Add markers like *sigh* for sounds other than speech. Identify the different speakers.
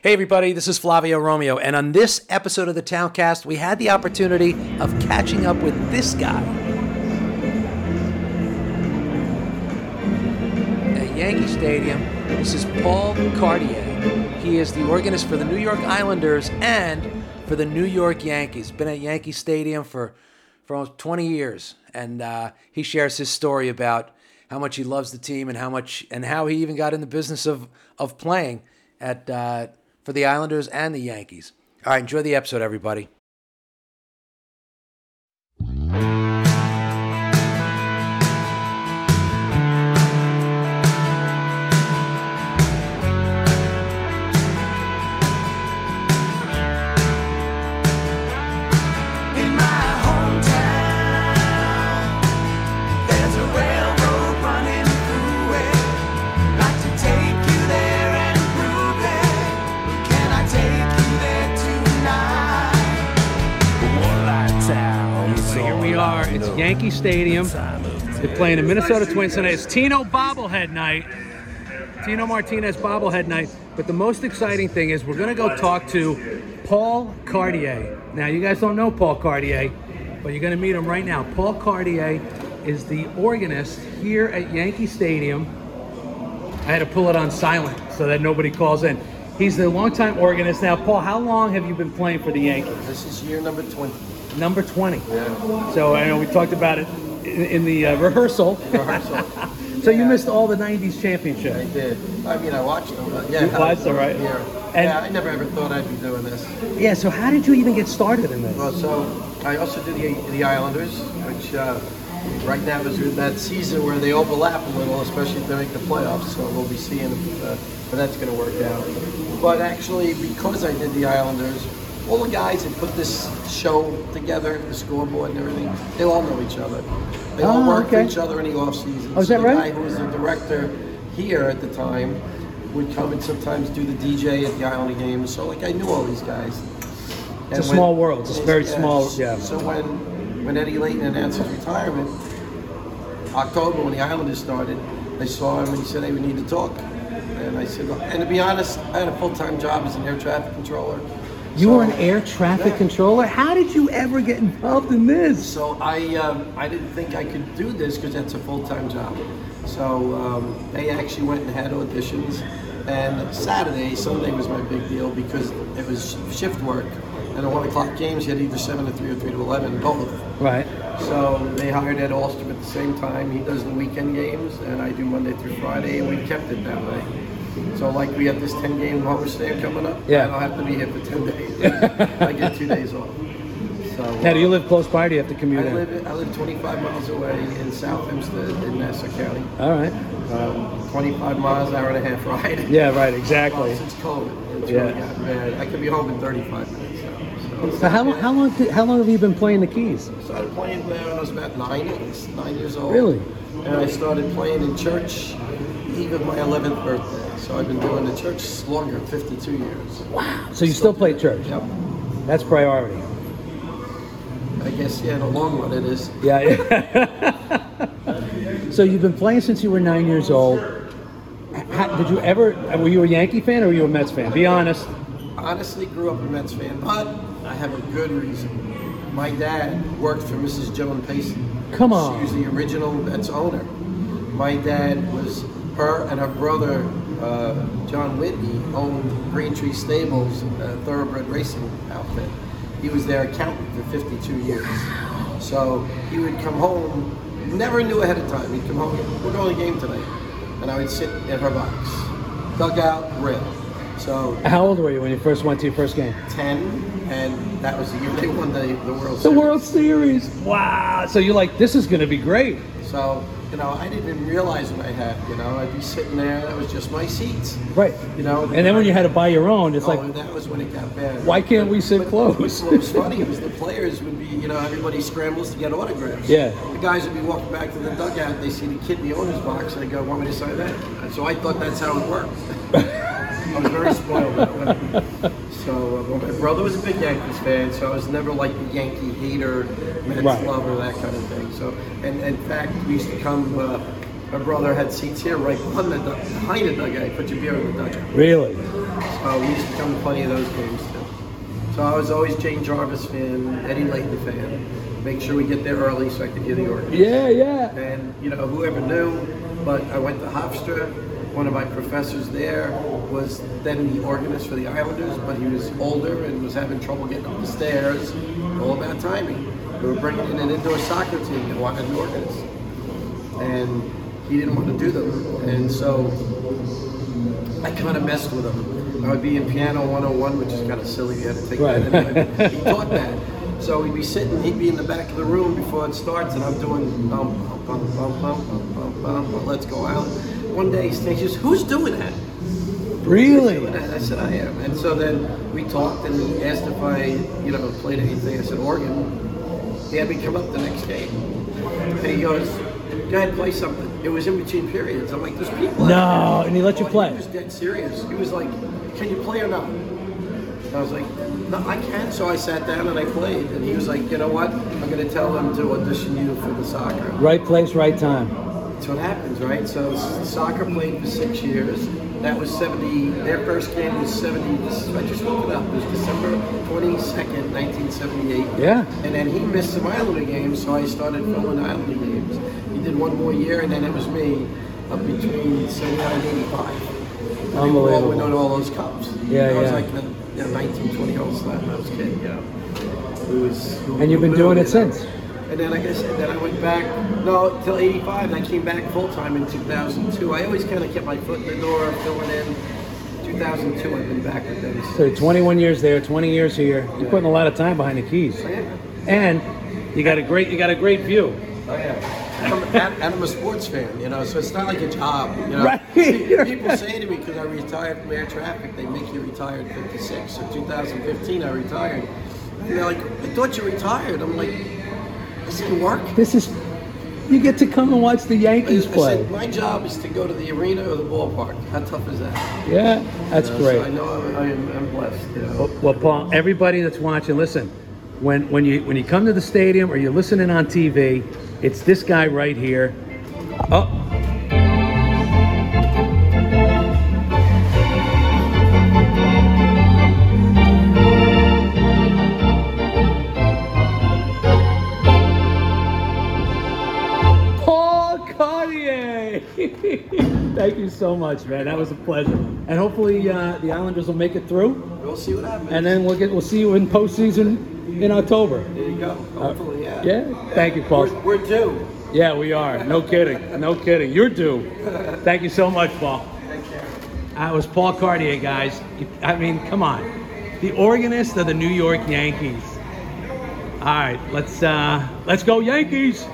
Speaker 1: Hey, everybody, this is Flavio Romeo, and on this episode of the Towncast, we had the opportunity of catching up with this guy. At Yankee Stadium, this is Paul Cartier. He is the organist for the New York Islanders and for the New York Yankees. Been at Yankee Stadium for, for almost 20 years, and uh, he shares his story about how much he loves the team and how much and how he even got in the business of of playing at uh, for the Islanders and the Yankees. All right, enjoy the episode, everybody.
Speaker 2: In my hometown, there's a railroad running through it. Like to take you there and prove it. Can I take you there tonight? Warlock Town. So
Speaker 1: Here we are. It's Yankee Stadium. They're playing the Minnesota Twins tonight. It's Tino bobblehead night. Tino Martinez bobblehead night. But the most exciting thing is we're going to go talk to Paul Cartier. Now, you guys don't know Paul Cartier, but you're going to meet him right now. Paul Cartier is the organist here at Yankee Stadium. I had to pull it on silent so that nobody calls in. He's the longtime organist. Now, Paul, how long have you been playing for the Yankees?
Speaker 3: This is year number 20.
Speaker 1: number 20. So I know we talked about it in, in the uh, rehearsal. so you
Speaker 3: Yeah.
Speaker 1: missed all the 90s
Speaker 3: I
Speaker 1: championships.
Speaker 3: did. I mean, I watched them. But yeah,
Speaker 1: You watched them, right?
Speaker 3: Yeah.
Speaker 1: And-
Speaker 3: yeah, I never ever thought I'd be doing this.
Speaker 1: Yeah, so how did you even get started in this?
Speaker 3: Well, so I also do the, the Islanders, which uh, right now is in that season where they overlap a little, especially if they make the playoffs. So we'll be seeing if, uh, if that's going to work out. But actually, because I did the Islanders, all the guys that put this show together, the scoreboard and everything, they all know each other. They all
Speaker 1: Oh,
Speaker 3: work
Speaker 1: okay.
Speaker 3: for each other in the off season.
Speaker 1: Oh, is that
Speaker 3: the
Speaker 1: right?
Speaker 3: guy who was the director here at the time would come and sometimes do the DJ at the Islander games. So like I knew all these guys.
Speaker 1: It's a
Speaker 3: And
Speaker 1: small world. It's very small,
Speaker 3: s-
Speaker 1: yeah.
Speaker 3: So when when Eddie Layton announced his retirement, October when the Islanders started, I saw him and he said, "Hey, we need to talk." And I said, and to be honest, I had a full time job as an air traffic controller.
Speaker 1: You
Speaker 3: So-
Speaker 1: were an air traffic
Speaker 3: Yeah.
Speaker 1: controller? How did you ever get involved in this?
Speaker 3: So I, um, I didn't think I could do this because that's a full-time job. So um, they actually went and had auditions, and Saturday, Sunday was my big deal because it was shift work, and at one o'clock games you had either seven to three or three to eleven, both.
Speaker 1: Right.
Speaker 3: So they hired Ed Alstrom at the same time. He does the weekend games, and I do Monday through Friday, and we kept it that way. So like we have this ten game homer stand coming up.
Speaker 1: Yeah.
Speaker 3: I don't have to be here for
Speaker 1: *laughs*
Speaker 3: ten days. I get two days off. So uh,
Speaker 1: Now, do you live close by? Or do you have to commute
Speaker 3: I
Speaker 1: in?
Speaker 3: live, I live 25 miles away in South Hempstead in Nassau County.
Speaker 1: All right.
Speaker 3: Um, 25 miles, hour and a half ride.
Speaker 1: Yeah, right, exactly.
Speaker 3: Since COVID, it's
Speaker 1: Yeah.
Speaker 3: really gotten bad. I could be home in 35 minutes. now, So,
Speaker 1: So how, how long did- how long have you been playing the keys?
Speaker 3: I started playing when I was about nine, nine years old.
Speaker 1: Really?
Speaker 3: And I started playing in church the eve of my 11th birthday. So I've been doing the church longer, 52 years.
Speaker 1: So you still play church?
Speaker 3: Yep.
Speaker 1: That's priority.
Speaker 3: I guess, yeah, in the long run it is.
Speaker 1: Yeah. yeah. so you've been playing since you were nine years old. How, did you ever? Were you a Yankee fan or were you a Mets fan? Be honest.
Speaker 3: honestly grew up a Mets fan, but I have a good reason. My dad worked for Mrs. Joan Payson.
Speaker 1: Come on.
Speaker 3: She was the original Mets owner. My dad was her and her brother uh, John Whitney owned Greentree Stables, a thoroughbred racing outfit. He was their accountant for 52 years. So he would come home, never knew ahead of time. He'd come home, we're going to the game tonight. And I would sit in her box, dugout, rail. So
Speaker 1: How old were you when you first went to your first game?
Speaker 3: 10, and that was the year they won the, the World Series.
Speaker 1: The World Series. Wow. So you're like, this is going to be great.
Speaker 3: So, you know, I didn't even realize what I had, you know. I'd be sitting there, that was just my seats.
Speaker 1: Right.
Speaker 3: You know,
Speaker 1: And then when you had to buy your own, it's
Speaker 3: oh,
Speaker 1: like,
Speaker 3: and that was when it got bad.
Speaker 1: why can't we sit
Speaker 3: But What
Speaker 1: *laughs* close?
Speaker 3: was funny was the players would be, you know, everybody scrambles to get autographs.
Speaker 1: Yeah.
Speaker 3: The guys would be walking back to the dugout, they see the kid in the owner's box, and they go, want me to sign that? And so I thought that's how it
Speaker 1: *laughs*
Speaker 3: worked. I was very spoiled that way. So, uh, well, my brother was a big Yankees fan, so I was never like the Yankee hater, Mets
Speaker 1: Right.
Speaker 3: lover, that kind of thing. So, and in fact, we used to come, uh, my brother had seats here right behind the, dug- behind the dugout, put your beer in the dugout.
Speaker 1: Really?
Speaker 3: So we used to come to plenty of those games too. So I was always Jane Jarvis fan, Eddie Layton fan. Make sure we get there early so I could hear the organ.
Speaker 4: Yeah, yeah.
Speaker 3: And you know, whoever knew, but I went to Hofstra. One of my professors there was then the organist for the Islanders, but he was older and was having trouble getting up the stairs. All about timing. They were bringing in an indoor soccer team that wanted an organist, and he didn't want to do them. And so I kind of messed with him. I would be in piano 101, which is kind of silly. You had to take
Speaker 4: Right.
Speaker 3: that. Anyway. he taught that. So we'd be sitting, he'd be in the back of the room before it starts, and I'm doing bum, bum, bum, bum, bum, bum, bum, bum, bum, let's go out. One day he says, Who's doing that?
Speaker 4: Really?
Speaker 3: And I said, I am. And so then we talked and he asked if I, you know, played anything. I said, organ. He had me come up the next day. And he goes, Go ahead, play something. It was in between periods. I'm like, There's people. out
Speaker 4: No, and he let you
Speaker 3: Oh,
Speaker 4: play.
Speaker 3: He was dead serious. He was like, "Can you play or not?" I was like, "No, I can." So I sat down and I played, and he was like, "You know what? I'm going to tell them to audition you for the soccer."
Speaker 4: Right place, right time.
Speaker 3: That's what happens, right? So s- soccer played for six years. That was 70. Their first game was 70. This is, I just looked it up. It was December 22nd, 1978.
Speaker 4: Yeah.
Speaker 3: And then he missed some Islander games, so I started filming Islander games. He did one more year, and then it was me up between 79 and 85. And we all went
Speaker 4: Unbelievable.
Speaker 3: on all those cups.
Speaker 4: Yeah,
Speaker 3: I was
Speaker 4: yeah.
Speaker 3: like a, a 19, 20 year old slut when I was a kid, yeah. It was,
Speaker 4: And you've been doing it since?
Speaker 3: and then, like I said, then I went back, no, till 85, and I came back full time in 2002. I always kind of kept my foot in the door, filling in. 2002, I've been back with them.
Speaker 4: So 21 years there, 20 years here. You're putting a lot of time behind the keys.
Speaker 3: Yeah.
Speaker 4: And you got a great, you got a great view.
Speaker 3: Oh, yeah. And I'm, and- and I'm a sports fan, you know, so it's not like a job, you know.
Speaker 4: Right.
Speaker 3: Pe- People say to me, because I retired from air traffic, they make you retire at 56. So 2015, I retired. And they're like, I thought you retired. I'm like, this didn't work.
Speaker 4: This is, you get to come and watch the Yankees
Speaker 3: I
Speaker 4: play.
Speaker 3: said, my job is to go to the arena or the ballpark. How tough is that?
Speaker 4: Yeah, that's
Speaker 3: Uh, So I
Speaker 4: great.
Speaker 3: know I'm, I'm, I'm blessed. You know?
Speaker 1: Well, Paul, everybody that's watching, listen. When when you when you come to the stadium or you're listening on TV, it's this guy right here. Oh. Paul Cartier. *laughs* Thank you so much, man. That was a pleasure. And hopefully uh, the Islanders will make it through,
Speaker 3: We'll see what happens.
Speaker 1: and then we'll get we'll see you in postseason in October.
Speaker 3: there you go. Hopefully, yeah.
Speaker 4: uh,
Speaker 1: Yeah. Thank you, Paul.
Speaker 3: We're, we're due.
Speaker 1: Yeah, we are. No kidding. No kidding. You're due. Thank you so much, Paul. That was Paul Cartier, guys. I mean, come on. The organist of the New York Yankees. All right, let's uh, let's go Yankees.